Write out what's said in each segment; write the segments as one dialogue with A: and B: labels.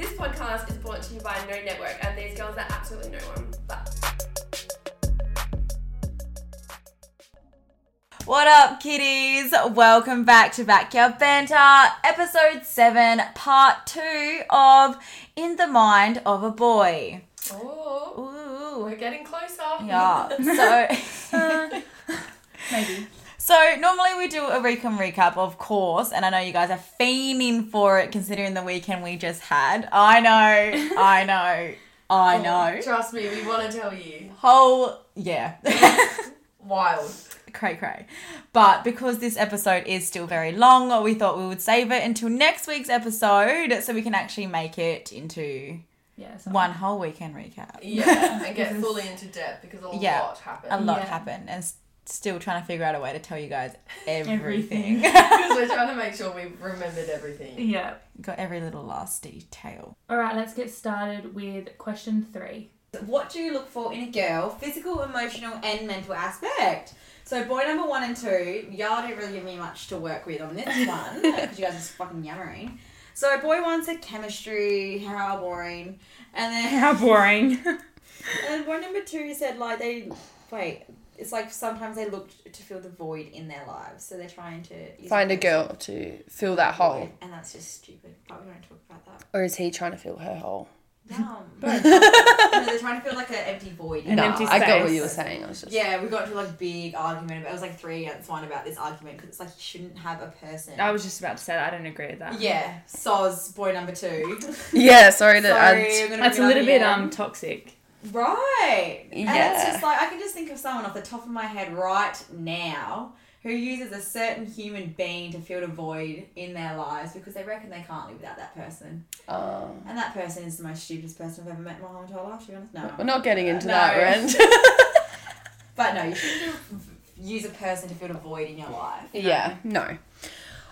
A: podcast is brought to you by No Network, and these girls are absolutely no one. But
B: What up, kitties? Welcome back to Backyard Banter, episode 7, part 2 of In the Mind of a Boy.
A: oh,
B: Ooh.
A: we're getting closer.
B: Yeah. So.
C: Maybe.
B: So normally we do a recon recap, of course, and I know you guys are fiending for it considering the weekend we just had. I know, I know, I know.
A: Trust me, we want to tell you.
B: Whole yeah.
A: Wild.
B: cray cray. But because this episode is still very long, we thought we would save it until next week's episode so we can actually make it into
C: Yeah. so-
B: one whole weekend recap.
A: Yeah, and get fully into depth because a
B: Yeah.
A: lot happened.
D: Um.
B: A lot
C: Yeah.
B: happened and s- still trying to figure out a way to tell you guys
C: Everything.
B: everything.
A: Because we're trying to make sure we remembered everything.
C: Yeah.
B: Got every little last detail.
C: All right, let's get started with question three.
D: What do you look for in a girl? Physical, emotional, and mental aspect. So, boy number one and two, y'all didn't really give me much to work with on this one because you guys are just fucking yammering. So, boy one said chemistry, how boring. And then,
E: How boring.
D: and boy number two said, like, they. Wait, it's like sometimes they look to fill the void in their lives. So, they're trying to.
F: find a girl to fill that hole,
D: And that's just stupid, but we don't talk about that.
F: or is he trying to fill her hole?
D: Yum. No, they're trying to fill like an empty void. in
E: An
F: No,
D: their
E: empty
D: lives.
F: I got what
E: space.
F: you were saying. I was just
D: Yeah, we got into like big argument. About, it was like three against one about this argument because it's like you shouldn't have a person.
E: I was just about to say that. I don't agree with that.
D: yeah, soz boy number two.
F: yeah. Sorry that
D: Sorry,
F: I.
D: I'm gonna
E: That's
D: be
E: a little
D: like,
E: bit
D: yeah.
E: um toxic.
D: right. And it's
F: Yeah.
D: just like I can just think of someone off the top of my head right now who uses a certain human being to fill a void in their lives because they reckon they can't live without that person.
F: Um,
D: And that person is the most stupidest person I've ever met in my whole entire life. To be honest, no.
F: we're not getting into
D: No.
F: that, Rand.
D: But no, you shouldn't use a person to fill a void in your life.
F: yeah. No.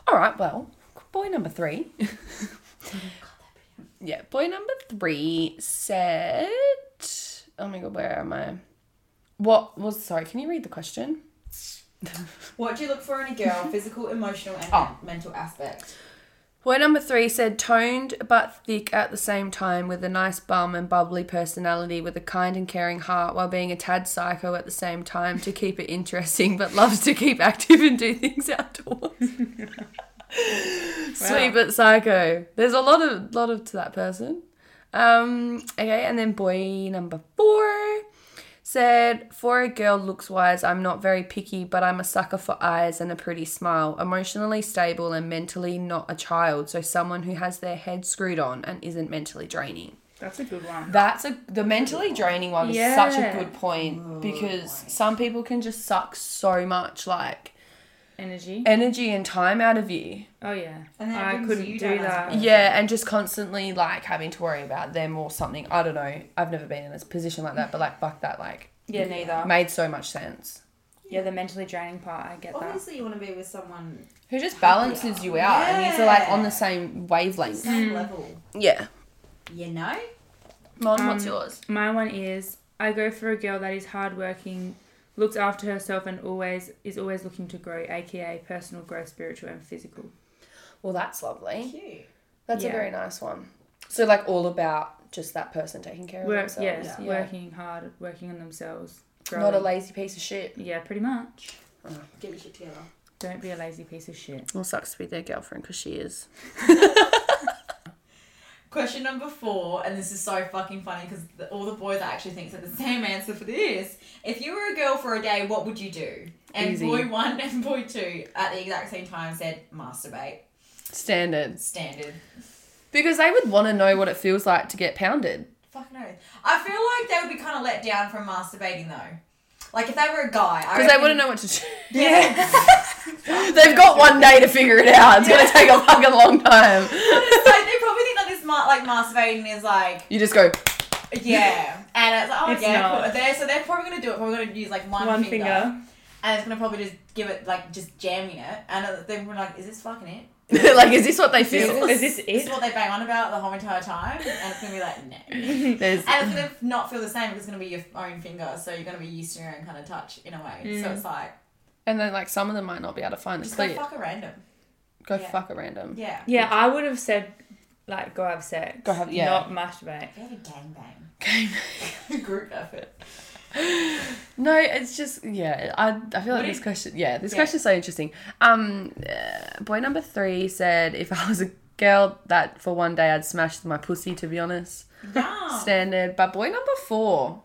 F: All right. Well, boy number three. yeah. Boy number three said. Oh my god. Where am I? What was? Sorry. Can you read the question?
D: What do you look for in a girl? Physical, emotional, and
F: Oh.
D: mental aspect.
F: Boy number three said toned but thick at the same time with a nice bum and bubbly personality with a kind and caring heart while being a tad psycho at the same time to keep it interesting but loves to keep active and do things outdoors. Sweet but psycho. There's a lot of lot of to that person. Um, okay, and then boy number four said, For a girl looks wise, I'm not very picky, but I'm a sucker for eyes and a pretty smile. Emotionally stable and mentally not a child, so someone who has their head screwed on and isn't mentally draining.
E: That's a good one.
F: That's a the mentally draining one
E: Yeah.
F: is such a good point because some people can just suck so much like
E: Energy.
F: energy and time out of you.
E: Oh yeah.
D: And then it
E: I
D: brings
E: couldn't
D: you
E: do
D: down as a
E: that.
D: person.
F: Yeah, and just constantly like having to worry about them or something. I don't know. I've never been in a position like that, but like fuck that like
E: Yeah, neither.
F: made so much sense.
E: Yeah, the mentally draining part. I get that.
D: Obviously, you want to be with someone
F: Who just balances you out and you're like on the same wavelength.
D: same level.
F: Yeah.
D: You know,
F: Mon, what's
E: Um,
F: yours?
E: My one is I go for a girl that is hardworking, looks after herself, and always is always looking to grow, aka personal growth, spiritual and physical.
F: Well, that's lovely.
D: cute.
F: That's
E: Yeah.
F: a very nice one. So like all about just that person taking care of
E: Work,
F: themselves.
E: yes,
F: Yeah.
E: working hard, working on themselves.
F: Not a
E: growing.
F: lazy piece of shit.
E: Yeah, pretty much.
D: Get your shit together.
E: Don't be a lazy piece of shit.
F: Well, sucks to be their girlfriend because she is.
D: Question number four, and this is so fucking funny because all the boys actually think that the same answer for this. If you were a girl for a day, what would you do? And
F: Easy.
D: boy one and boy two at the exact same time said masturbate.
F: Standards.
D: Standard.
F: Because they would want to know what it feels like to get pounded.
D: Fucking oath. I feel like they would be kind of let down from masturbating though. Like if they were a guy, I
F: Because they
D: reckon-
F: wouldn't know what to do.
D: Yeah.
F: They've got one day to figure it out. It's going to take a fucking long time.
D: It's like they probably think that this ma- like masturbating is like
F: You just go,
D: yeah, and it's like oh
E: It's
D: yeah,
E: not.
D: cool. they're, so they're probably gonna do it. Probably gonna use like one,
E: One
D: finger,
E: finger.
D: and it's gonna probably just give it like just jamming it, and then we're like, is this fucking it?
F: like, is this what they feel?
E: Is this
D: Is
E: it?
D: this what they bang on about the whole entire time? And it's gonna be like no, and
F: There's,
D: it's gonna not feel the same because it's gonna be your own finger, so you're gonna be used to your own kind of touch in a way.
E: Mm.
D: So it's like
F: and then, like, some of them might not be able to find the
D: just go
F: clear.
D: fuck a random,
F: Go
D: yeah.
F: fuck a random.
D: yeah.
E: Yeah, I would have said like go have sex.
F: Go have- yeah.
E: Not masturbate.
D: We have a gangbang. Group effort.
F: No, it's just yeah. I, I feel like
D: Would
F: this
D: it-
F: question yeah this
D: Yeah.
F: question's so interesting. Um, uh, boy number three said if I was a girl that for one day I'd smash my pussy to be honest
D: No.
F: standard. But boy number four,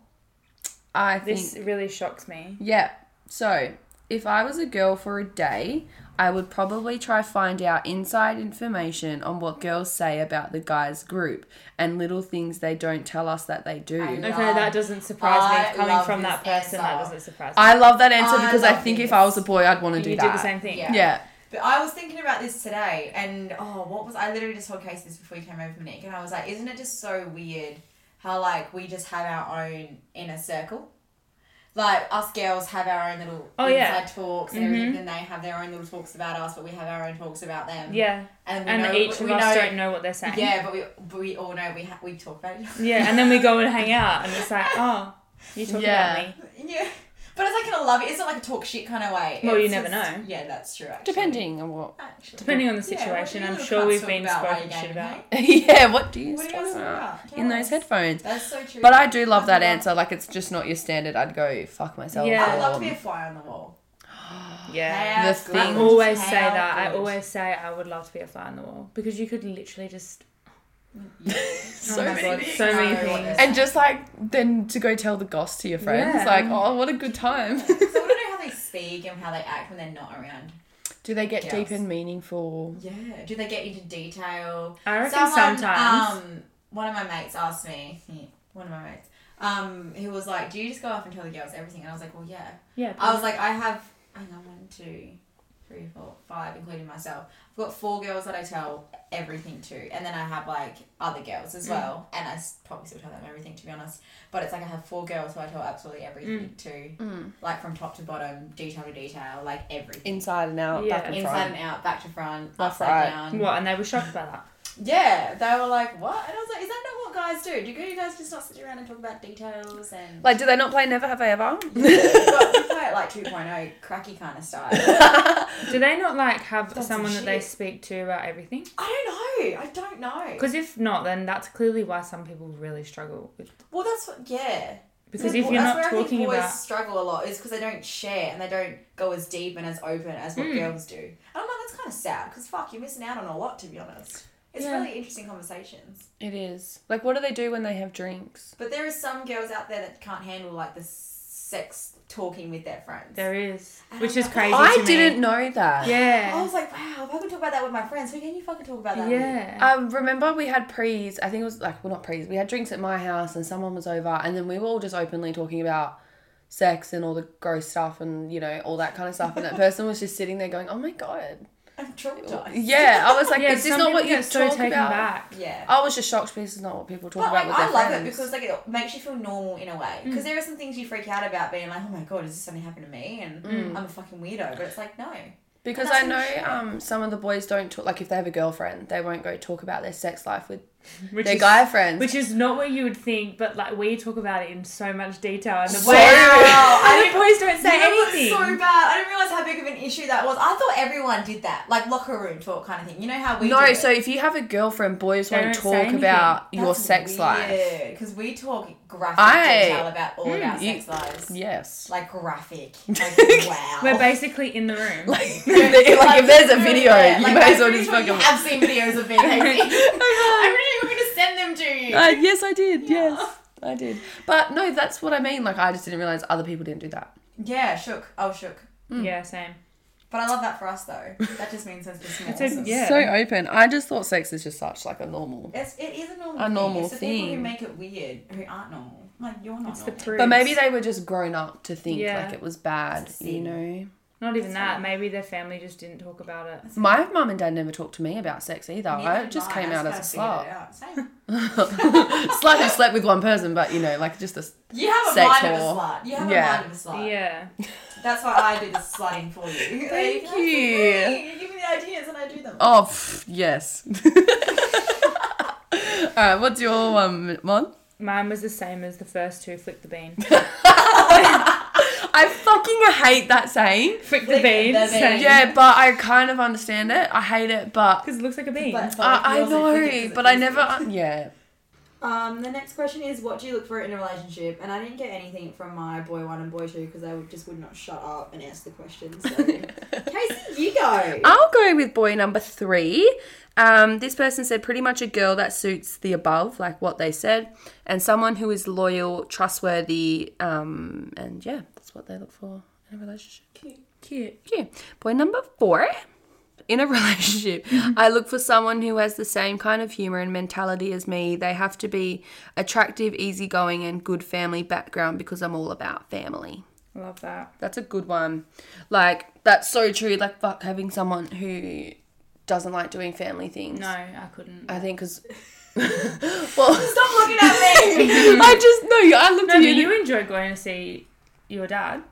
F: I think
E: This really shocks me.
F: yeah. So if I was a girl for a day, I would probably try find out inside information on what girls say about the guys group and little things they don't tell us that they do.
D: I
E: Okay,
D: Love-
E: that doesn't surprise
D: I
E: me. Coming
D: love
E: from that
D: this
E: person, that
D: answer.
E: doesn't surprise me.
F: I love that answer
D: I
F: because I
D: love
F: think
D: this.
F: if I was a boy, I'd want to
E: You
F: do
E: did
F: that.
E: the same thing.
D: Yeah.
F: Yeah.
D: But I was thinking about this today, and oh, what was I literally just told Casey this before you came over from Nick, and I was like, isn't it just so weird how like we just have our own inner circle? Like us girls have our own little
E: Oh,
D: inside
E: yeah. Mm-hmm.
D: talks and everything, and they have their own little talks about us, but we have our own talks about them.
E: Yeah.
D: and, we
E: And
D: know,
E: each
D: we
E: of
D: know,
E: us don't know what they're saying.
D: Yeah, but we but we all know we ha- we talk about it.
E: Yeah, and then we go and hang out, and it's like, oh, you talk
F: Yeah.
E: about me.
D: yeah, but it's like in a love. It's not like a talk shit kind of way.
E: Well, you
D: It's
E: never
D: just-
E: know.
D: Yeah, that's true. Actually.
F: Depending on what.
D: Actually.
E: Depending on the
D: Yeah, what do
E: situation,
D: you
E: I'm
D: little
E: sure
D: cunts
E: we've
D: talk
E: been
D: about while
E: spoken
D: you're
E: shit
D: gaming,
E: about.
D: hey?
F: yeah, what do you
D: What do you
F: talk
D: guys talk
F: about
D: about? Tell
F: in those
D: us.
F: headphones?
D: That's so true.
F: But I do love that
D: love-
F: answer. Like, it's just not your standard. I'd go fuck myself.
E: Yeah.
D: I'd love to
F: or-
D: be a fly on the wall.
E: Yeah.
D: How
F: The
D: good.
E: I
F: thing-
E: always
D: How
E: say that. I
D: good.
E: always say I would love to be a fly on the wall because you could literally just.
F: So
E: oh my
F: many
E: god,
F: things.
E: so many
D: No, what
E: things.
D: is-
F: And just like then to go tell the goss to your friends,
E: Yeah.
F: like, oh, what a good time.
D: So I don't know how they speak and how they act when they're not around.
F: do they get deep
D: Yes.
F: and meaningful?
D: Yeah. Do they get into detail?
E: I reckon
D: Someone,
E: sometimes.
D: Um, one of my mates asked me. One of my mates. Um, who was like, "Do you just go off and tell the girls everything?" And I was like, "Well, yeah."
E: yeah.
D: I was like, I have, hang on, one, two, three, four, five, including myself. I've got four girls that I tell everything to, and then I have like other girls
E: Mm.
D: as well, and I s- probably still tell them everything to be honest. But it's like I have four girls who I tell absolutely everything
E: Mm.
D: to, like from top to bottom, detail to detail, like everything.
F: Inside and out,
E: Yeah.
F: back and
D: Inside
F: front.
D: and out, back to front,
F: That's
D: upside
F: right.
D: down.
E: what? And they were shocked by that.
D: Yeah, they were like, "What?" And I was like, "Is that not what guys do? Do you guys just not sit around and talk about details and
F: Like, do they not play Never Have I Ever?
D: Well, we play it like 2.0 cracky kind of style?"
E: Do they not like have
D: That's
E: someone that they
D: shit.
E: speak to about everything?
D: I don't know. I don't know.
E: Because if not, then that's clearly why some people really struggle. With,
D: Well, that's what, yeah.
E: because
D: Yeah,
E: if
D: well,
E: you're
D: that's
E: not
D: where I
E: talking
D: think boys
E: about,
D: struggle a lot is because they don't share and they don't go as deep and as open as
E: Hmm.
D: what girls do. And I'm like, that's kind of sad because fuck, you're missing out on a lot to be honest. It's
E: Yeah.
D: really interesting conversations.
F: It is. Like, what do they do when they have drinks?
D: But there is some girls out there that can't handle like the sex talking with their friends.
E: there is,
D: I
E: which
D: don't
E: is
D: know.
E: crazy.
F: I
E: to me.
F: didn't know that.
D: I
E: Yeah.
D: was like, wow, if I could talk about that with my friends, who can you fucking talk about that with?
E: Yeah.
F: I Um, remember we had prees. I think it was like well not prees. We had drinks at my house and someone was over and then we were all just openly talking about sex and all the gross stuff and you know all that kind of stuff and that person was just sitting there going oh my god
D: I'm traumatized.
F: Oh, yeah I was like
E: yeah.
F: this is
E: some
F: not
E: people
F: what you
E: get
F: talk
E: so taken
F: about
E: back.
D: Yeah.
F: I was just shocked because this is not what people talk
D: But
F: about
D: like,
F: with their
D: I love
F: friends Mm.
D: it because like it makes you feel normal in a way. Because there are some things you freak out about being like, oh my god, is this something happened to me? And
F: Mm.
D: I'm a fucking weirdo. But it's like no.
F: because
D: that's
F: I know
D: bullshit.
F: um some of the boys don't talk like if they have a girlfriend they won't go talk about their sex life with
E: Which
F: their
E: is,
F: guy friends
E: Which is not what you would think, but like we talk about it in so much detail, and the
F: Wow.
E: boys,
D: I
E: and the boys don't say
D: That was
E: anything.
D: so bad. I didn't realize how big of an issue that was. I thought everyone did that, like locker room talk kind of thing. You know how we do
F: no
D: it?
F: so if you have a girlfriend boys
E: They
F: won't
E: don't say
F: talk
E: anything.
F: about your sex life
D: because we talk graphic
F: I- Mm,
D: detail about all of our
F: you-
D: sex lives.
F: yes
D: Like graphic, like wow.
E: We're basically in the room.
F: like, like if there's a video,
D: Yeah,
F: you
D: like,
F: may
D: I'm
F: as well
D: pretty
F: just
D: sure You
F: fucking.
D: have seen videos of me. Casey. I'm pretty sure you're gonna send them to you.
F: Uh, yes, I did. Yes, I did. But no, that's what I mean. Like I just didn't realize other people didn't do that.
D: Yeah, shook. Oh, shook.
E: Yeah,
F: hmm.
E: same.
D: But I love that for us though. That just means it's just
E: It's a,
D: normal.
E: yeah.
F: So open. I just thought sex is just such like a normal.
D: It's, it is a normal.
F: A normal
D: thing. It's the people who
F: thing.
D: make it weird who aren't normal. Like you're not.
E: it's the
D: normal.
E: proof.
F: But maybe they were just grown up to think
E: Yeah.
F: like it was bad,
D: It's a
F: you
D: sin.
F: know.
E: not even that. Maybe their family just didn't talk about it.
F: My mum and dad never talked to me about sex either. I
D: Neither
F: just
D: did
F: came
D: mine.
F: out
D: I
F: as a
D: kinda figured
F: slut.
D: it out. Same.
F: Slut who slept with one person, but you know, like just a
D: You have a
F: Sex
D: mind of a
F: whore.
D: slut. You have
F: Yeah.
D: a mind of a slut.
E: Yeah.
D: That's why I do the slutting for you.
F: Thank
D: Like,
F: you.
D: me. You give me the ideas and I do them.
F: oh pff, yes. All right, what's your um, one?
E: Mine was the same as the first two. Flick the bean.
F: I fucking hate that saying.
E: Frick the
D: Flick the
E: beans.
D: beans.
F: Yeah, but I kind of understand it. I hate it, but
E: Because it looks like a bean.
D: But- but
F: I, I
D: yours is
F: know,
D: ridiculous.
F: but I never. uh, Yeah.
D: Um, the next question is, what do you look for in a relationship? And I didn't get anything from my boy one and boy two because they would, just would not shut up and ask the question. So, Casey, you go.
F: I'll go with boy number three. Um, this person said pretty much a girl that suits the above, like what they said, and someone who is loyal, trustworthy, um, and yeah, that's what they look for in a relationship.
E: Cute.
F: Yeah. Boy number four. In a relationship, I look for someone who has the same kind of humor and mentality as me. They have to be attractive, easygoing, and good family background because I'm all about family.
E: Love that.
F: That's a good one. Like, that's so true. Like, fuck, having someone who doesn't like doing family things.
C: No, I couldn't.
F: I think because. well,
D: Stop looking at me.
F: I just, no, I looked
E: No,
F: at
E: but
F: you.
E: you enjoy going to see your dad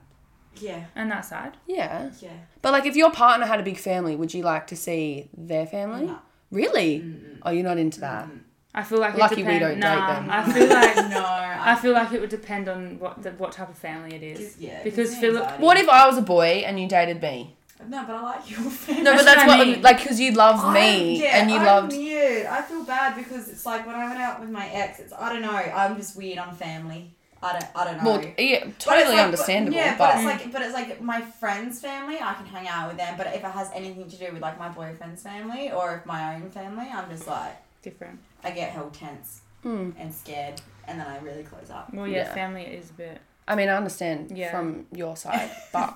D: yeah,
E: and that side.
F: yeah.
D: yeah.
F: But, like, if your partner had a big family, would you like to see their family?
D: No.
F: Really? Oh, you're not into that.
E: I feel like
F: Lucky
E: it
F: we
E: depend-
F: don't date
E: nah,
F: them.
E: I feel like
B: no.
E: I feel like it would depend on what the, what type of family it is.
D: Gives- yeah,
E: Because
D: gives me
E: Philip-
D: anxiety.
F: What if I was a boy and you dated me?
D: No, but I like your family.
F: No, but
E: That's
F: that's
E: what I
F: what,
E: mean.
F: like, because you love me
D: yeah,
F: and you
D: I'm
F: loved.
D: Weird. I feel bad because it's like when I went out with my ex. It's I don't know. I'm just weird. I'm family. I don't. I don't know.
F: Well, yeah,
D: But it's
F: totally
D: like-
F: understandable.
D: yeah,
F: but,
D: but, it's like, but it's like my friend's family. I can hang out with them. But if it has anything to do with like my boyfriend's family or if my own family, I'm just like
E: Different.
D: I get held tense
F: Hmm.
D: and scared, and then I really close up.
E: Well, yeah,
F: Yeah.
E: family is a bit.
F: I mean, I understand
E: Yeah.
F: from your side, but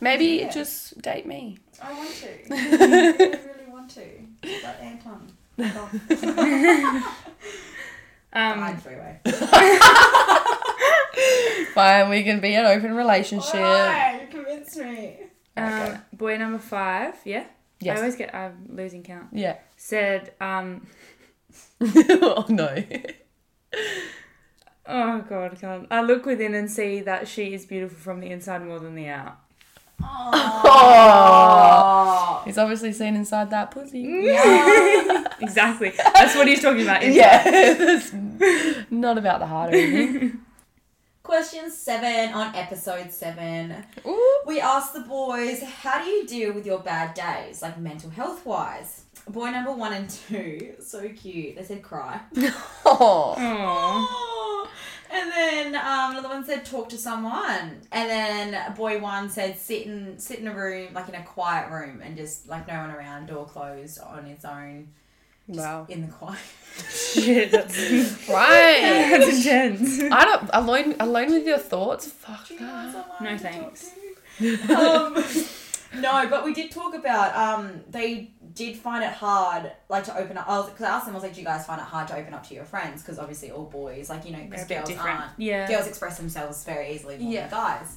F: maybe
D: Yeah.
F: just date me.
D: I want to. I really want to. But Anton.
E: Um,
D: Mine freeway.
F: Fine, we can be an open relationship.
D: Why? You convinced me.
F: Okay.
E: um, boy number five. Yeah. I
F: Yes.
E: always get. I'm losing count.
F: yeah.
E: Said. Um.
F: oh no.
E: Oh God, I can't. I look within and see that she is beautiful from the inside more than the out.
D: Oh.
F: He's obviously seen inside that pussy.
D: Yeah.
E: Exactly. That's what he's talking about. isn't it?
F: Yeah. It's Not about the heart or anything.
D: Question seven on episode seven.
F: Ooh.
D: We asked the boys, how do you deal with your bad days, like mental health wise? Boy number one and two, so cute. They said cry.
F: Oh.
E: Aw.
D: Oh. And then um, another one said talk to someone. And then boy one said sit in sit in a room, like in a quiet room, and just like no one around, door closed on its own,
F: Wow.
D: in the quiet.
E: Shit. That's,
F: Right.
E: that's intense.
F: I don't alone alone with your thoughts. Fuck
D: Do you
F: that.
D: want someone
E: No,
D: to talk
E: thanks.
D: to? um, no, but we did talk about um, they did find it hard, like to open up. I was because I asked them, I was like, do you guys find it hard to open up to your friends? Because obviously, all boys, like you know,
E: They're a
D: because
E: bit
D: girls
E: different.
D: aren't.
E: Yeah.
D: Girls express themselves very easily more
F: Yeah.
D: than guys.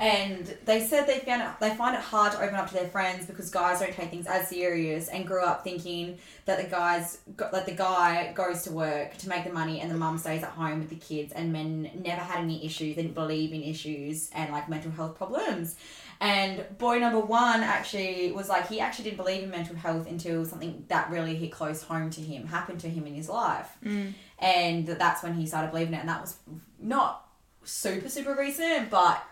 D: And they said they found it, they find it hard to open up to their friends because guys don't take things as serious and grew up thinking that the guys go- that the guy goes to work to make the money and the mum stays at home with the kids and men never had any issues didn't believe in issues and like mental health problems and boy number one actually was like he actually didn't believe in mental health until something that really hit close home to him happened to him in his life and that that's when he started believing it and that was not super super recent but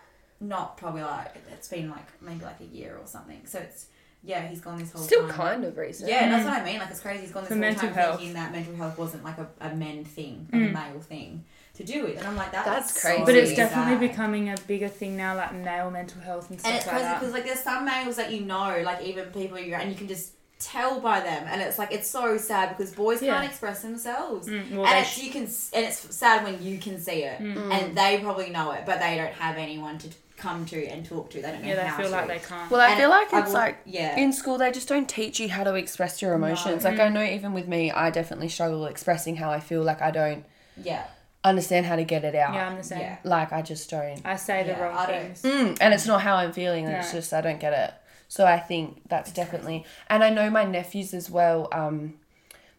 D: not probably like it's been like maybe like a year or something so it's yeah he's gone this whole
F: Still
D: time.
F: kind of recent.
D: Yeah, that's what I mean. Like it's crazy. He's gone
E: For
D: this whole
E: mental
D: time
E: health. Mm.
D: thinking that mental health wasn't like a, a men thing, like a male thing to do with, and I'm like, that
F: That's
D: is
F: crazy.
D: So
E: But it's
F: Obviously,
E: definitely
D: sad.
E: becoming a bigger thing now, like male mental health and stuff
D: And it's
E: like
D: crazy
E: that.
D: because like there's some males that you know, like even people you and you can just tell by them, and it's like it's so sad because boys
E: Yeah.
D: can't express themselves.
E: Mm, well,
D: and
E: they Mm.
D: it's you can s- and it's sad when you can see it and they probably know it but they don't have anyone to t- come to and talk to they don't know
E: yeah,
D: how
E: they feel
D: to.
E: like they can't.
F: Well, I
D: And
F: feel like it's
D: I will-
F: like
D: yeah
F: in school they just don't teach you how to express your emotions. Like I know even with me, I definitely struggle expressing how I feel. Like I don't
D: yeah
F: understand how to get it out.
E: yeah, I'm the same.
D: yeah.
F: Like I just don't.
E: I say the
D: Yeah,
E: wrong
D: I don't-
E: things.
F: Mm, and it's not how I'm feeling. and It's
E: No.
F: just I don't get it. So I think that's definitely. And I know my nephews as well. Um,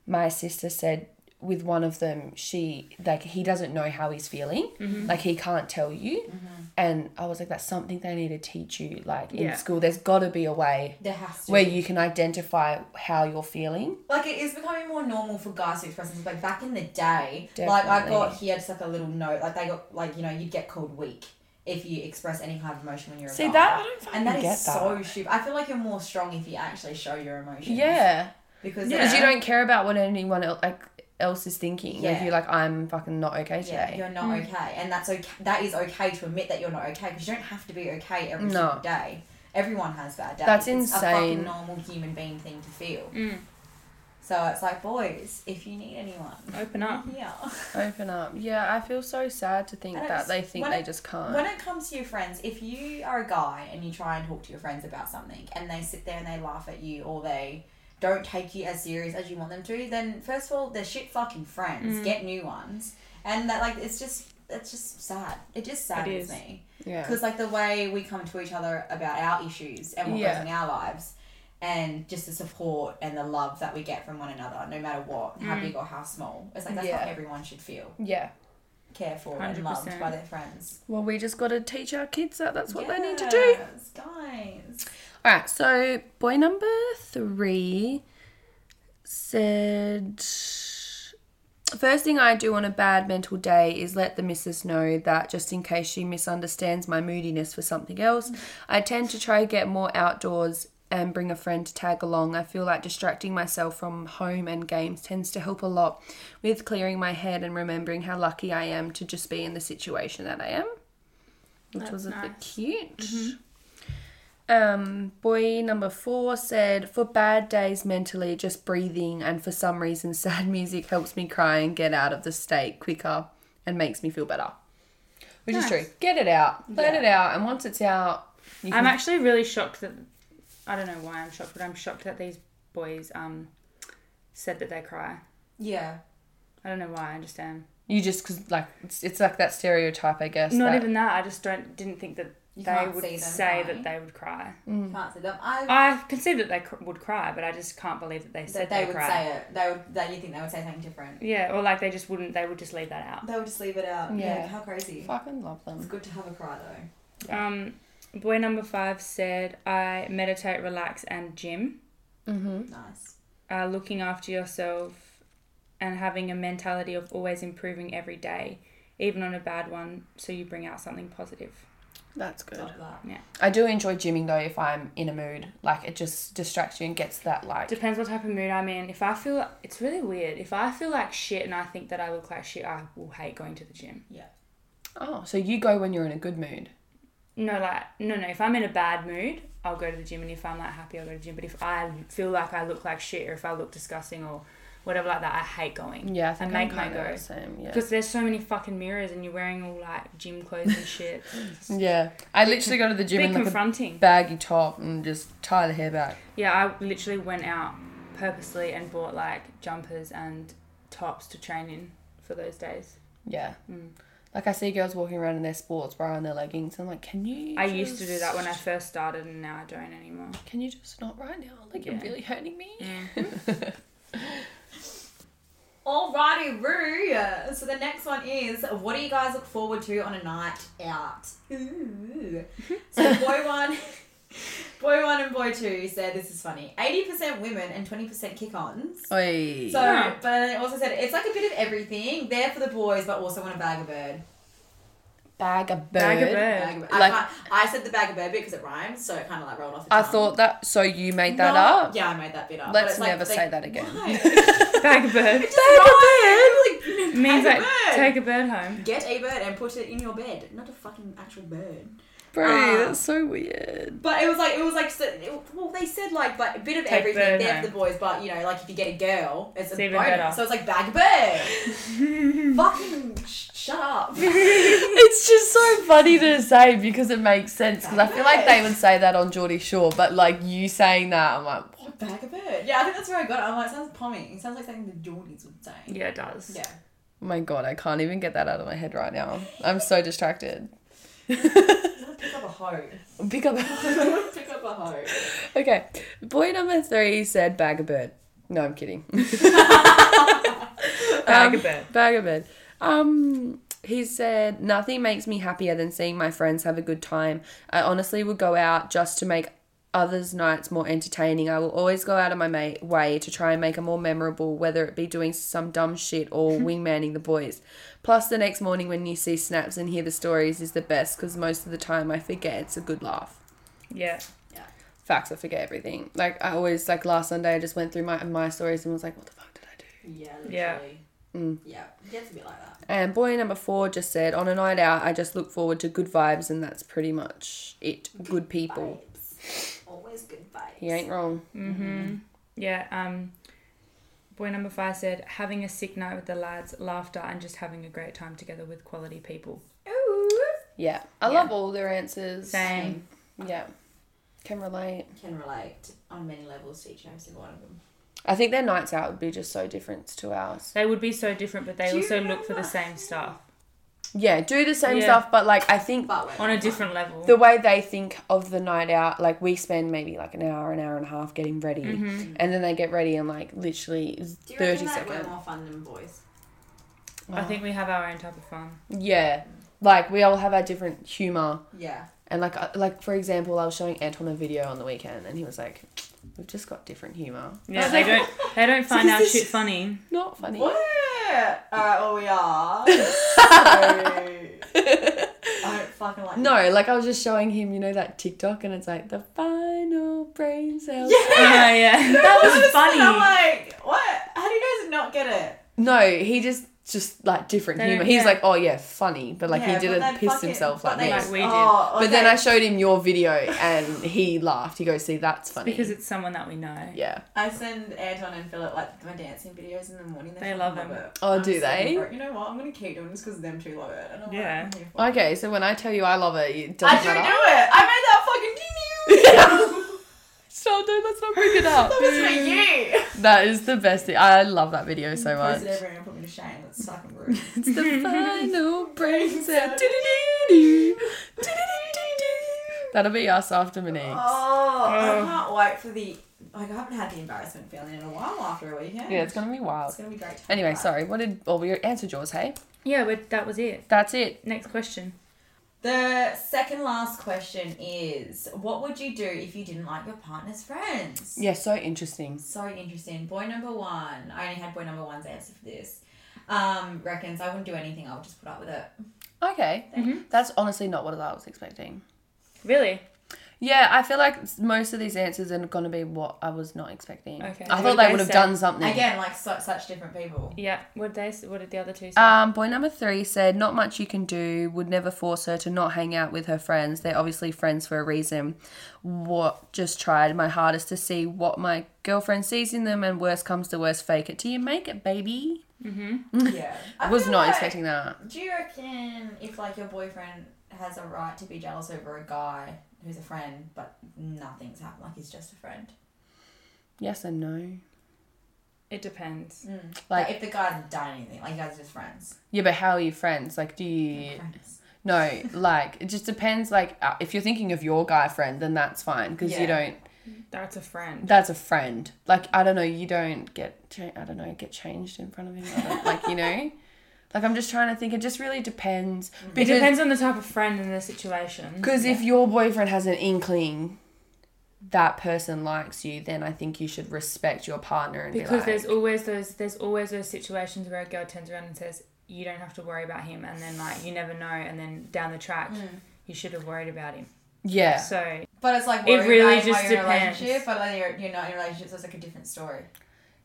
F: my sister said with one of them, she like he doesn't know how he's feeling. Like he can't tell you. And I was like, that's something they need to teach you. Like in
E: Yeah.
F: school, there's got to be a way
D: there has to
F: where
D: be.
F: you can identify how you're feeling.
D: like it is becoming more normal for guys to express themselves. Like back in the day, like I
F: Definitely.
D: got here just like a little note. Like they got like you know you'd get called weak, if you express any kind of emotion when you're a
F: See
D: guy.
F: that? I don't fucking
D: And that is
F: get that.
D: so stupid. I feel like you're more strong if you actually show your emotions.
F: yeah,
D: Because uh,
F: because
D: yeah.
F: you don't care about what anyone else, like, else is thinking. If
D: Yeah.
F: you're like, I'm fucking not okay today.
D: you're not okay, and that's okay. That is okay to admit that you're not okay because you don't have to be okay every
F: No.
D: single day. Everyone has bad days.
F: That's
D: It's a fucking
F: insane.
D: normal human being thing to feel.
E: Mm.
D: So it's like, boys, if you need anyone,
E: Open up.
D: yeah.
F: Open up. Yeah, I feel so sad to think
D: And
F: that
D: it's-
F: they think
D: when
F: they
D: it-
F: just can't.
D: When it comes to your friends, if you are a guy and you try and talk to your friends about something and they sit there and they laugh at you or they don't take you as serious as you want them to, then first of all, they're shit fucking friends. Get new ones. And that, like, it's just, it's just sad. It just saddens
E: is.
D: me.
F: yeah.
D: Because, like, the way we come to each other about our issues and what
F: Yeah.
D: goes in our lives and just the support and the love that we get from one another, no matter what, how big or how small. It's like that's
F: Yeah.
D: what everyone should feel
F: Yeah.
D: cared for and loved
E: 100%.
D: by their friends.
F: Well, we just got to teach our kids that that's what they need to do.
D: Yes, Guys.
F: All right. So, boy number three said, First thing I do on a bad mental day is let the missus know that just in case she misunderstands my moodiness for something else, I tend to try to get more outdoors and bring a friend to tag along. I feel like distracting myself from home and games tends to help a lot with clearing my head and remembering how lucky I am to just be in the situation that I am. Which was a bit cute.
E: Mm-hmm.
F: Um, boy number four said, For bad days mentally, just breathing and for some reason, sad music helps me cry and get out of the state quicker and makes me feel better. Which is true. Get it out. Let it out. And once it's out, you
E: I'm actually really shocked that I don't know why I'm shocked, but I'm shocked that these boys um said that they cry.
D: Yeah.
E: I don't know why. I just am.
F: You just cause like it's, it's like that stereotype, I guess.
E: Not
F: that-
E: even that. I just don't didn't think that
D: You
E: they
D: can't
E: would
D: see them
E: say
D: crying.
E: that they would cry.
F: mm,
D: Can't say them. I
E: I conceived that they cr- would cry, but I just can't believe that they
D: that
E: said
D: they
E: they,
D: would
E: cry.
D: say it. They would that you think they would say something different.
E: Yeah, or like they just wouldn't. They would just leave that out.
D: They would just leave it out.
F: Yeah.
D: Yeah. how crazy.
F: Fucking love
D: It's
F: them.
D: good to have a cry though.
E: Um, boy number five said, "I meditate, relax, and gym. Hmm?
F: Mm-hmm.
D: Nice.
E: Uh, looking after yourself, and having a mentality of always improving every day, even on a bad one, so you bring out something positive."
F: That's good.
D: Love that.
F: I do enjoy gymming though if I'm in a mood. Like it just distracts you and gets that like
E: Depends what type of mood I'm in. If I feel it's really weird. If I feel like shit and I think that I look like shit, I will hate going to the gym.
F: Oh, so you go when you're in a good mood.
E: No, like no, no. If I'm in a bad mood, I'll go to the gym, and if I'm like happy, I'll go to the gym. But if I feel like I look like shit, or if I look disgusting, or whatever like that, I hate going.
F: Yeah, I think
E: And make
F: I'm
E: my
F: kinda
E: go.
F: the same. Yeah.
E: Because there's so many fucking mirrors, and you're wearing all like gym clothes and shit. It's
F: Yeah. I literally go to the
E: a
F: gym
E: bit
F: in like a
E: confronting.
F: baggy top and just tie the hair back.
E: Yeah, I literally went out purposely and bought like jumpers and tops to train in for those days. Mm.
F: Yeah. Like I see girls walking around in their sports bra and their leggings. I'm like, can you?
E: I used to do that when I
F: just-
E: first started, and now I don't anymore.
F: Can you just not right now? Like you're
E: Yeah.
F: really hurting me.
D: Alrighty, Roo. So the next one is what do you guys look forward to on a night out? Ooh. So boy one Boy one and boy two said this is funny. Eighty percent women and twenty percent kick ons.
F: Oi.
D: So,
E: Yeah.
D: but I also said it's like a bit of everything. There for the boys, but also want a bag of bird.
F: bag a bird.
E: Bag of
D: Bag
E: bird.
D: of bird. I
F: Like-
D: can't- I, said the bag of bird because it rhymes, so it kind of like rolled off. The
F: I
D: tongue.
F: thought that. So you made that
D: No,
F: up.
D: Yeah, I made that bit up. but
F: Let's
D: it's like-
F: never
D: like,
F: say that again.
D: why? It
E: Bag of bird.
D: just rhymes, like,
E: means
D: bag
E: like
D: of bird.
E: take a bird home.
D: Get a bird and put it in your bed, not a fucking actual bird.
F: Bro,
D: Ah.
F: that's so weird.
D: But it was like it was like so, it, well they said like but a bit of
E: Take
D: everything
E: bird
D: there
E: home.
D: for the boys but you know like if you get a girl it's,
E: It's
D: a
E: even
D: bonus
E: better.
D: so it's like bag of bird. Fucking sh- shut up.
F: It's just so funny to say because it makes sense. Because I feel like they would say that on Geordie Shore, but like you saying that, I'm like, what?
D: Bag of bird. Yeah, I think that's where I got it. I'm like, it sounds pommy. It sounds like something the Geordies would say.
E: Yeah, it does.
D: Yeah.
F: Oh my god, I can't even get that out of my head right now. I'm so distracted.
D: Pick up a hoe.
F: Pick up.
D: Pick up a hoe.
F: Okay, boy number three said bag of bird. No, I'm kidding. Um,
E: Bag of bird.
F: Bag of bird. Um, he said nothing makes me happier than seeing my friends have a good time. I honestly would go out just to make others' nights more entertaining. I will always go out of my ma- way to try and make them more memorable, whether it be doing some dumb shit or wingmanning the boys. Plus, the next morning when you see snaps and hear the stories is the best because most of the time I forget it's a good laugh.
E: Yeah.
F: Facts, I forget everything. Like, I always, like last Sunday, I just went through my, my stories and was like, what the fuck did I do?
D: Yeah,
E: Yeah.
D: literally.
F: Mm.
D: Yeah, it gets a bit like that.
F: And boy number four just said, on a night out, I just look forward to good vibes, and that's pretty much it. Good people.
D: Vibes. Always good vibes.
F: He ain't wrong.
E: Mm-hmm. Yeah. Um, boy number five said, having a sick night with the lads, laughter, and just having a great time together with quality people.
F: Yeah. I
E: Yeah.
F: love all their answers.
E: Same.
F: Yeah. Can relate.
D: Can relate on many levels to each and every single one of them.
F: I think their nights out would be just so different to ours.
E: They would be so different, but they
D: Do you
E: also look for the
D: remember-
E: same stuff
F: Yeah, do the same
E: Yeah.
F: stuff, but like, I think
D: But when
E: on a different level.
F: the way they think of the night out, like, we spend maybe like an hour, an hour and a half getting ready,
E: Mhm.
F: and then they get ready in like literally
D: Mm-hmm. Do you
F: 30
D: reckon that we're
F: seconds.
D: more fun than boys?
E: I think we have our own type of fun.
F: Yeah. Like, we all have our different humour.
D: Yeah.
F: And like I- like for example, I was showing Anton a video on the weekend, and he was like, "We've just got different humor.
E: Yeah, they don't. They don't find our shit funny.
F: Not funny."
D: What? Alright, well we are. so I don't fucking like
F: No, like I was just showing him, you know, that TikTok, and it's like the final brain cells.
E: Oh yeah, that was funny.
D: I'm like, what? How do you guys not get it?
F: No, he just just like different
E: They don't-
F: humor. He's
E: yeah.
F: like, "Oh yeah, funny," but like
D: Yeah,
F: he
D: but
F: didn't
D: they
F: piss
D: fucking-
F: himself
D: but they-
F: like me.
E: Like we did.
D: Oh,
F: But then
D: okay.
F: I showed him your video, and he laughed. He goes, "See, that's funny."
E: because it's someone that we know.
F: yeah.
D: I send Anton and Philip like my dancing videos in the morning.
E: They
D: fucking
E: love them.
D: it.
F: Oh,
D: I'm
F: do
D: so
F: they?
D: over it. You know what? I'm gonna keep doing this because them two love it. And I'm
E: Yeah.
D: Like, I'm here for it.
F: Okay, so when I tell you I love it, it
D: I
F: doesn't
D: do do it.
F: matter.
D: I made that fucking video.
F: Stop, dude. Let's not bring it up.
D: that was for you.
F: That is the best thing. I love that video so much.
D: Posted everywhere and put me to shame. That's fucking rude.
F: It's the final brain cell.
D: cell.
F: Do-do-do-do. Do-do-do-do-do. That'll be us after
D: Oh,
F: Monique's.
D: I
E: Oh.
D: can't wait for the. Like I haven't had the embarrassment feeling in a while after a weekend.
F: Yeah, it's gonna be
D: It's
F: wild.
D: gonna be great. to
F: Anyway,
D: have that.
F: sorry. What did? Well, we answered yours. Hey,
E: Yeah, but that was it.
F: that's it.
E: Next question.
D: The second last question is: What would you do if you didn't like your partner's friends?
F: Yeah, so interesting.
D: So interesting. Boy number one. I only had boy number one's answer for this. Um, reckons I wouldn't do anything. I would just put up with it.
F: Okay,
E: Mhm.
F: that's honestly not what I was expecting.
E: Really?
F: Yeah, I feel like s- most of these answers are gonna be what I was not expecting.
E: Okay.
F: I thought
E: What did
F: they
E: they
F: would have
E: say?
F: done something.
D: Again, like su- such different people.
E: Yeah. What did they? What did the other two say?
F: Um, boy number three said, Not much you can do, would never force her to not hang out with her friends. They're obviously friends for a reason. What just tried my hardest to see what my girlfriend sees in them, and worst comes to worst, fake it till you make it, baby.
E: Mm-hmm.
D: yeah,
F: I was not expecting that.
D: Do you reckon if like your boyfriend has a right to be jealous over a guy who's a friend, but nothing's happened, like he's just a friend?
F: Yes and no.
E: it depends.
D: Like,
F: Like,
D: if the guy's done anything, like you guys are just friends.
F: yeah, but how are you friends? Like, do you.
D: Friends.
F: No, like, it just depends. Like, uh, if you're thinking of your guy friend, then that's fine because
D: Yeah.
F: you don't.
E: That's a friend.
F: that's a friend. Like I don't know, you don't get cha- I don't know get changed in front of him. I don't- like you know, like I'm just trying to think. It just really depends
E: It
F: because
E: depends on the type of friend and the situation.
F: because if your boyfriend has an inkling that person likes you, then I think you should respect your partner and
E: Because
F: be like,
E: there's always those there's always those situations where a girl turns around and says you don't have to worry about him, and then like you never know, and then down the track
D: Mm.
E: you should have worried about him.
F: Mm. yeah,
E: So
D: But it's like
E: It
D: worrying
E: really
D: about it while
E: just
D: you're in a
E: depends.
D: relationship, but then you're, you're not in a relationship, so it's like a different story.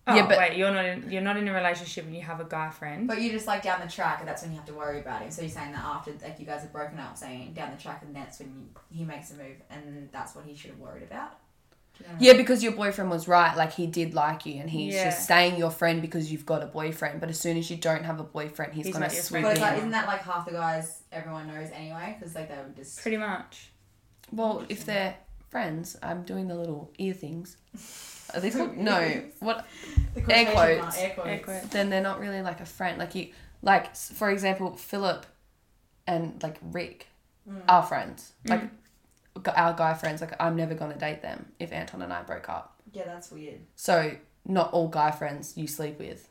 E: oh,
F: Yeah, but-
E: wait, you're not in you're not in a relationship and you have a guy friend.
D: But you just like down the track, and that's when you have to worry about him. So you're saying that after like you guys have broken up, saying down the track, and that's when you, he makes a move, and that's what he should have worried about.
F: yeah, because your boyfriend was right. Like he did like you, and he's
E: Yeah.
F: just staying your friend because you've got a boyfriend. But as soon as you don't have a boyfriend, he's,
E: He's
F: gonna
E: not your
F: swoop
E: friend
D: But it's
F: in.
D: like, isn't that like half the guys everyone knows anyway? Because like they would just.
E: Pretty much.
F: Well, if they're friends, I'm doing the little ear things. Are they called? No. What?
D: The
F: Air
D: quotation
F: quotes.
D: mark, Air quotes.
E: Air quotes.
F: Then they're not really like a friend. Like you, like s- for example, Philip and like Rick
E: Hmm.
F: are friends. Like
E: Mm.
F: g- our guy friends. Like I'm never gonna date them if Anton and I broke up.
D: Yeah, that's weird.
F: So not all guy friends you sleep with.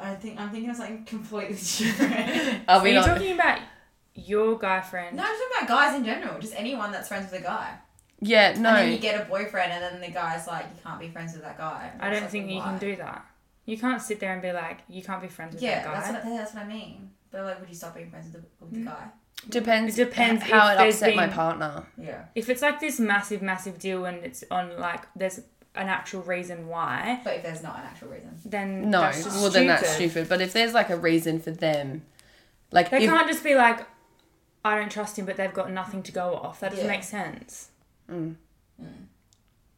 D: I think I'm thinking of something completely different.
F: Are
E: Are
F: we
E: you
F: not?
E: talking about your guy friend?
D: no, I'm talking about guys in general. Just anyone that's friends with a guy.
F: Yeah, no.
D: And then you get a boyfriend, and then the guy's like, you can't be friends with that guy.
E: I
D: It's
E: don't
D: like,
E: think you
D: why?
E: can do that. You can't sit there and be like, you can't be friends with
D: Yeah,
E: that guy. Hmm.
D: that's what, that's what I mean. But like, would you stop being friends with the, with the guy?
F: depends.
E: It depends
F: h- how
E: if
F: it
E: there's
F: upset my
E: been-
F: partner.
D: Yeah.
E: if it's like this massive, massive deal and it's on like there's an actual reason why,
D: But if there's not an actual reason.
E: then
F: No,
E: that's just
F: well then that's stupid. But if there's like a reason for them, like
E: They
F: if,
E: can't just be like, I don't trust him, but they've got nothing to go off. That doesn't
D: Yeah.
E: make sense.
F: Mm.
D: Mm.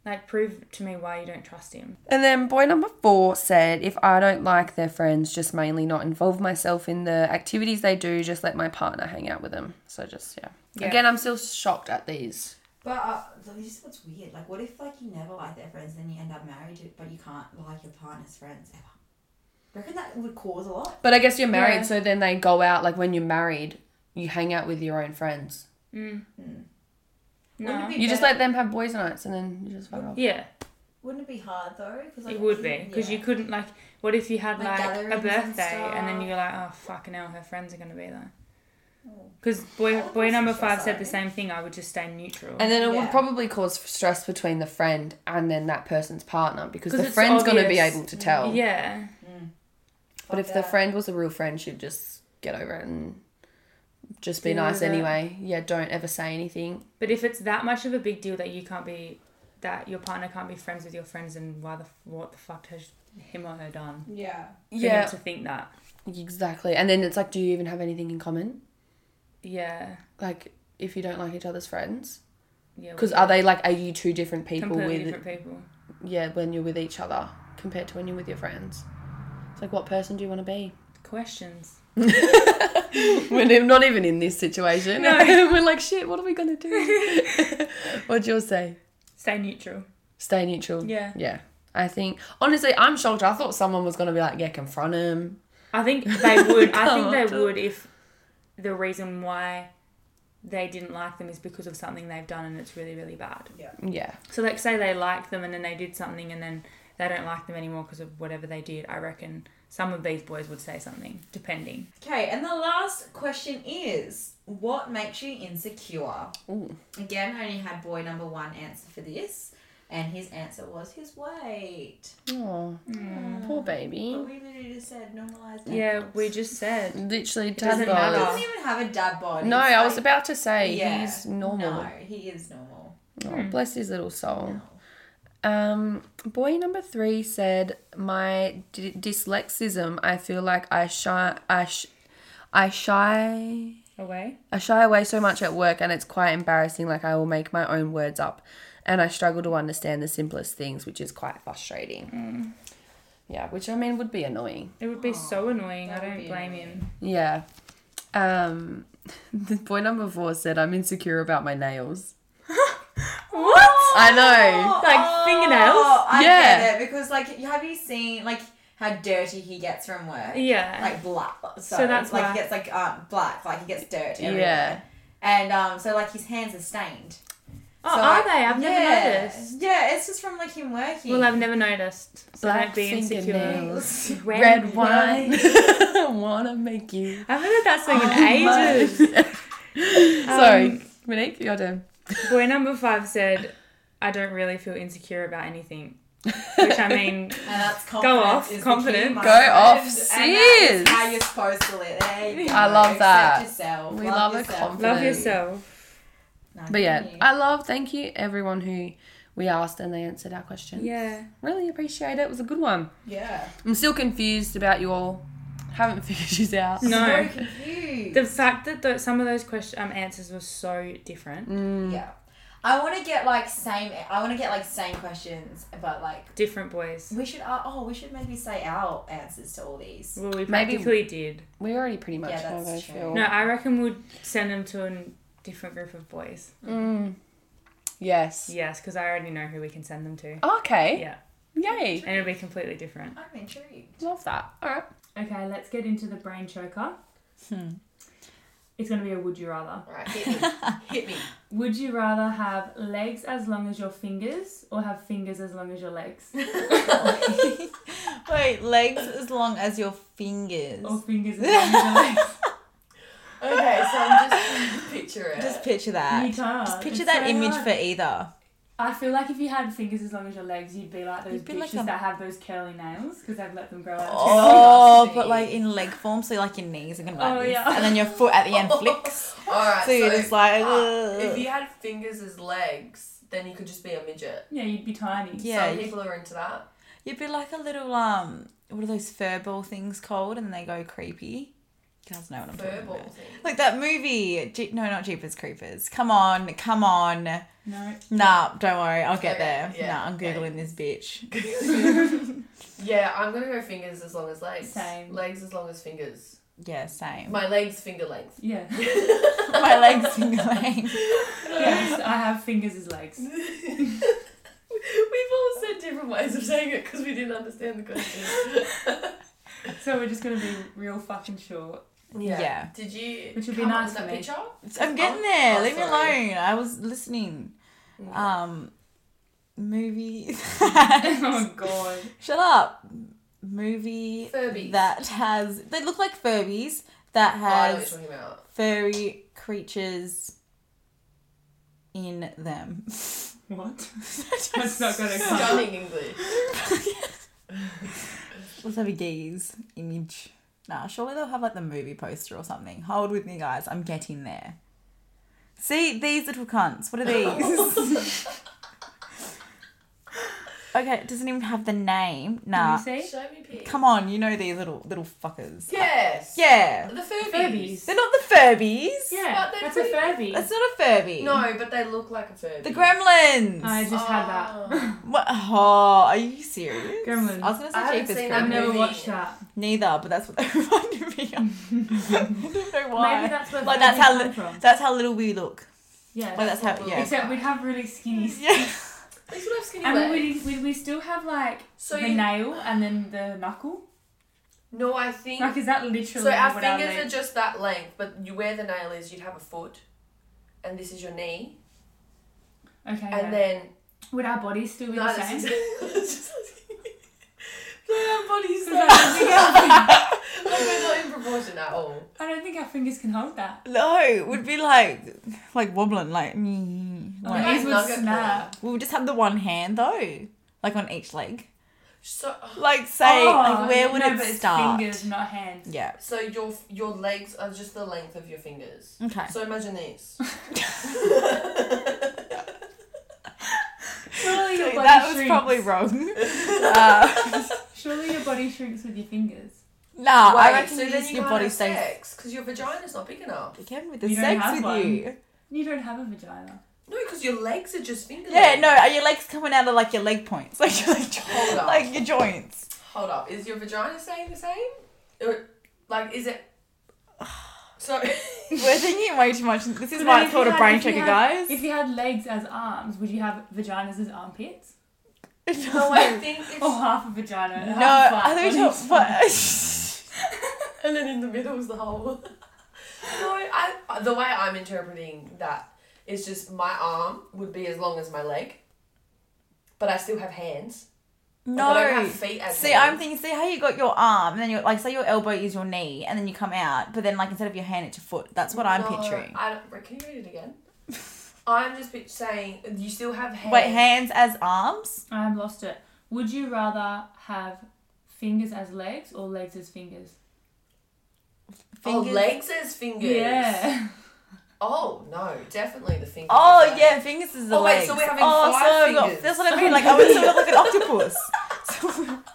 E: Like, prove to me why you don't trust him.
F: And then boy number four said, if I don't like their friends, just mainly not involve myself in the activities they do, just let my partner hang out with them. So just, yeah.
E: Yeah.
F: Again, I'm still shocked at these.
D: But uh, like, this is what's weird. Like, what if like you never like their friends, then you end up married, to, but you can't like your partner's friends ever? Reckon that would cause a lot.
F: But I guess you're married,
E: Yeah.
F: so then they go out, like when you're married, you hang out with your own friends.
E: Mm.
D: Mm.
E: No.
D: it be
F: You just
D: better-
F: let them have boys' nights and then you just fuck off.
E: Yeah,
D: Wouldn't it be hard though? Cause,
E: it would be because you couldn't like. What if you had
D: Like
E: like, a
D: gatherings and
E: birthday and then
D: stuff.
E: you're like, oh fucking hell, her friends are gonna be there.
D: Oh.
E: Because
D: I
E: boy,
D: would
E: boy
D: also
E: number
D: feel
E: five said the
D: sorry.
E: same thing. I would just stay neutral.
F: And then it
D: Yeah.
F: would probably cause stress between the friend and then that person's partner because
E: 'Cause
F: the
E: it's
F: friend's going to be
E: obvious.
F: able to tell.
E: yeah,
D: Hmm.
F: But if the friend was a real friend, she'd just get over it and just be
E: Deal
F: nice
E: with it.
F: anyway. Yeah, don't ever say anything.
E: but if it's that much of a big deal that you can't be, that your partner can't be friends with your friends, and why the f- what the fuck has him or her done?
D: Yeah.
E: For him to think that.
F: exactly. And then it's like, do you even have anything in common?
E: Yeah.
F: Like, if you don't like each other's friends,
E: Yeah.
F: because are they like, are you two different people
E: completely
F: with?
E: different people?
F: Yeah, when you're with each other compared to when you're with your friends. It's like, what person do you want to be?
E: Questions.
F: We're not even in this situation.
E: No.
F: We're like, shit, what are we going to do? What'd yours say?
E: Stay neutral.
F: Stay neutral.
E: Yeah.
F: Yeah. I think honestly, I'm shocked. I thought someone was gonna be like, yeah, confront him.
E: I think they would. I
F: Come
E: think they
F: on.
E: would if the reason why they didn't like them is because of something they've done and it's really really bad.
F: Yeah.
E: So like say they like them and then they did something and then they don't like them anymore because of whatever they did. I reckon some of these boys would say something depending.
D: Okay, and the last question is, what makes you insecure?
F: Ooh.
D: Again, I only had boy number one answer for this, and his answer was his weight.
F: Oh,
D: Mm.
F: poor baby.
D: But we literally just said normalized.
E: Yeah, we just said
F: Literally,
E: doesn't
F: dad
E: matter.
D: He doesn't
F: bod.
D: even have a dad body.
F: No,
D: It's
F: I was
D: like-
F: about to say
D: Yeah.
F: he's normal.
D: No, he is normal.
F: Oh, bless his little soul.
D: No.
F: Um, boy number three said, "My d- dyslexism. I feel like I shy. I sh- I shy."
E: away.
F: I shy away so much at work and it's quite embarrassing. Like, I will make my own words up and I struggle to understand the simplest things, which is quite frustrating. Yeah, which I mean would be annoying.
E: It would be so annoying. I
D: that would
E: don't
D: be
E: blame
D: annoying.
E: him.
F: Yeah. Um, the boy number four said, I'm insecure about my nails.
E: What?
F: I know.
E: Like fingernails?
D: Oh, I
F: Yeah.
D: get it because like, have you seen like how dirty he gets from work?
E: Yeah.
D: Like black. So,
E: that's
D: that's like
E: why-
D: he gets like uh, black. Like he gets dirt. Everywhere.
F: Yeah.
D: And um, so like his hands are stained.
E: oh,
D: So,
E: are
D: like,
E: they? I've
D: yeah.
E: never noticed.
D: Yeah, it's just from like him working.
E: Well, I've never noticed. So
F: Black
E: don't be insecure.
F: fingernails.
E: Red,
F: Red wine. Wanna make you.
E: I haven't heard that song in ages. Um,
F: Sorry, Monique, your turn.
E: Boy number five said, I don't really feel insecure about anything. Which I mean,
D: and that's confidence
E: Go off,
D: is the key,
E: confident.
D: my
F: Go off,
D: friend. And that is
F: sis.
D: how you're supposed to live. There you
F: I
D: go.
F: love
D: Accept
F: that.
D: Yourself.
F: We love a
D: yourself.
F: confident-
E: love yourself.
D: No,
F: But yeah,
D: thank you.
F: I love, thank you everyone who we asked and they answered our questions.
E: Yeah.
F: Really appreciate it. It was a good one.
D: yeah.
F: I'm still confused about you all. Haven't figured you out.
E: No.
D: Very confused.
E: The fact that tho- some of those question um, answers were so different,
D: yeah. I want to get like same. I want to get like same questions, but like
E: different boys.
D: we should. Uh, oh, we should maybe say our answers to all these.
E: Well, we
F: Maybe-
E: practically did.
F: We already pretty much
D: Yeah,
F: know
D: that's
F: how I
D: true.
F: feel.
E: No, I reckon we'd send them to a different group of boys.
F: Mm. Yes.
E: Yes, because I already know who we can send them to.
F: Okay.
E: Yeah,
F: Yay.
E: and it'll be completely different.
D: I'm intrigued.
F: Love that. All right.
C: Okay, let's get into the brain choker.
B: Hmm.
C: It's going to be a would you rather.
D: Right, hit me. hit me.
C: Would you rather have legs as long as your fingers or have fingers as long as your legs?
B: Wait, legs as long as your fingers.
C: Or fingers as long as your legs?
F: Okay, so I'm just trying to picture it.
B: Just picture that.
E: You can't.
B: Just picture
E: It's
B: that
E: so
B: image
E: hard.
B: for either.
E: I feel like if you had fingers as long as your legs, you'd be like those
B: You'd be
E: bitches
B: like a-
E: that have those curly nails because they've let them grow out.
B: Oh,
F: nasty.
B: but like in leg form, so like your knees are gonna
E: Oh,
B: like this,
E: yeah.
B: and then your foot at the end flicks.
F: All right.
B: So you're just like,
F: Oh, ah, if
B: ugh.
F: you had fingers as legs, then you could just be a midget.
E: Yeah, you'd be tiny.
B: Yeah.
F: Some
B: you-
F: people are into that.
B: You'd be like a little um, what are those furball things called? And they go creepy. You guys know what I'm talking
F: Furball
B: about.
F: thing.
B: Like that movie. Je- no, not Jeepers Creepers. Come on, come on.
E: No.
B: Nah, don't worry. I'll get
F: Okay,
B: there.
F: yeah,
B: nah, I'm
F: okay.
B: googling this bitch.
F: yeah, I'm gonna go fingers as long as legs.
E: Same.
F: Legs as long as fingers.
B: Yeah, same.
F: My legs finger length.
E: Yeah.
B: My legs single length.
E: yes, I have fingers as legs.
F: We've all said different ways of saying it because we didn't understand the question.
E: So we're just gonna be real fucking short.
B: Yeah.
F: Did you?
E: Which would be
F: come up
E: nice
F: with
E: for
F: that
E: me.
F: picture.
B: I'm getting there.
F: oh,
B: Leave
F: sorry.
B: me alone. I was listening. Um, movie.
E: oh god.
B: Shut up. Movie
F: Furbies.
B: that has they look like Furbies that
F: Oh, I know what you're
B: has
F: talking about.
B: furry creatures in them.
E: What? That's not gonna come.
F: Stunning English.
B: Let's have a gaze image. Nah, surely they'll have like the movie poster or something. Hold with me, guys. I'm getting there. See these little cunts. What are these? okay, it doesn't even have the name. Nah.
E: Can you see?
F: Show me pics.
B: Come on, you know these little little fuckers.
F: Yes.
B: Yeah.
F: The Furbies.
E: Furbies.
B: They're not the Furbies.
E: Yeah,
F: But they're
E: that's a
F: pretty-
E: Furby.
B: That's not a Furby.
F: No, but they look like a Furby.
B: The Gremlins.
E: I just had that.
F: Oh.
B: what? Oh, are you serious?
E: Gremlins.
B: I was gonna say
F: I haven't
B: Jeepers
F: seen
E: I've
F: that
B: Creepers.
E: never
F: movie.
E: watched that.
B: Neither, but that's what they reminded me of. I don't know why.
E: Maybe that's where
B: like
E: like
B: that's how
E: come
B: li-
E: from.
B: that's how little we look.
E: Yeah.
B: Like that's how yeah.
E: Except we'd have really skinny.
B: Yeah.
F: They sort of have skinny
E: And
F: legs.
E: we we we still have like
F: So
E: the
F: you-
E: nail and then the knuckle.
F: No, I think.
E: Like is that literally
F: so our
E: what
F: fingers
E: our
F: are just that length, but you where the nail is, you'd have a foot, and this is your knee,
E: are okay. yeah.
F: and then
E: would our bodies still be
F: no,
E: the
F: this
E: same?
F: is- just asking. No, our body's
E: Because I,
F: like we're not in proportion at all.
E: don't think our, I don't think our fingers can hold that.
B: No, it would be like like wobbling like.
E: Our
B: like
F: yeah.
E: knees would
F: nugget
E: snap.
B: we would just have the one hand though, like on each leg.
F: So,
B: Like say like where would
E: Oh, no,
B: it
E: but it's
B: start?
E: Fingers, not hands.
B: Yeah.
F: so your your legs are just the length of your fingers.
B: Okay.
F: So imagine these.
E: Surely your body
B: that was
E: shrinks.
B: probably wrong. uh,
E: Surely your body shrinks with your fingers.
B: nah, Ah, I
F: Wait,
B: reckon you just- your body stays.
F: because your vagina's not big enough.
B: You can with the
E: You don't
B: sex
E: have
B: with
E: one.
B: you.
E: You don't have a vagina.
F: No, because your legs are just finger.
B: Yeah,
F: length.
B: no, are your legs coming out of like your leg points, like your, like,
F: Hold up.
B: like your joints?
F: Hold up, is your vagina staying the same? Or, like, is it? So
B: We're thinking way too much. This is
E: But
B: why
E: then
B: it's
E: if you
B: called a
E: had-
B: brain
E: if you
B: checker,
E: had-
B: guys.
E: If you had legs as arms, would you have vaginas as armpits?
F: no, I think it's.
E: Or half a vagina? and
B: no,
E: half butt
B: I
E: on
B: think
E: each
B: it's
E: side?
F: and then in the middle is the hole. no, I. The way I'm interpreting that is just my arm would be as long as my leg, but I still have hands. Like, I don't
B: no.
F: have feet as
B: See,
F: hands.
B: I'm thinking. See how you got your arm, and then you're like, say your elbow is your knee, and then you come out, but then like instead of your hand, it's your foot. That's what I'm
F: No,
B: picturing.
F: I don't, can you read it again? I'm just pic- saying you still have hands.
B: Wait, hands as arms?
E: I have lost it. Would you rather have fingers as legs or legs as fingers?
F: Oh, legs as fingers.
E: Yeah.
F: Oh no, definitely the fingers.
B: Oh
F: as
B: yeah, fingers is the
F: Oh, wait,
B: legs.
F: so we're having
B: oh,
F: five
B: so I've got-
F: fingers.
B: that's what I mean. Like I would sort of look like an octopus.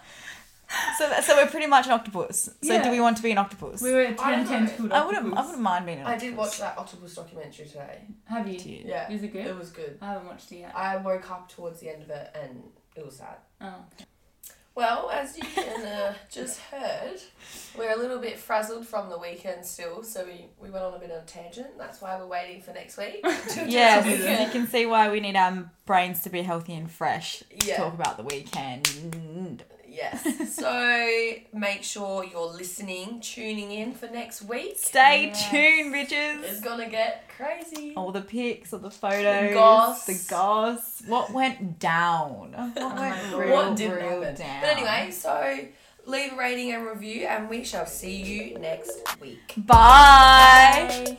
B: So, so, so we're pretty much an octopus. So
E: Yeah.
B: do we want to be an octopus?
E: We were at
F: I
E: 10
F: don't
E: tentacled
B: I wouldn't. I
E: octopus.
B: wouldn't mind being an
F: I
B: octopus.
F: did watch that octopus documentary today.
E: Have you?
B: Dude.
F: Yeah,
E: Is it good?
F: it was good.
E: I haven't watched it yet.
F: I woke up towards the end of it and it was sad.
E: Oh.
F: Well, as you can uh, just heard, we're a little bit frazzled from the weekend still, so we, we went on a bit of a tangent. That's why we're waiting for next week. to-
B: Yes,
F: to-
B: you can see why we need our brains to be healthy and fresh to
F: Yeah.
B: talk about the weekend.
F: Yes. So make sure you're listening, tuning in for next week.
B: Stay
E: Yes.
B: tuned,
F: It's
B: bitches.
F: gonna get crazy.
B: All the pics, all the photos,
F: goss.
B: the goss. What went down? What went
E: my God.
B: real,
F: what did
B: real
F: happen?
B: down?
F: But anyway, so
D: leave a rating and review, and we shall see you next week.
B: Bye.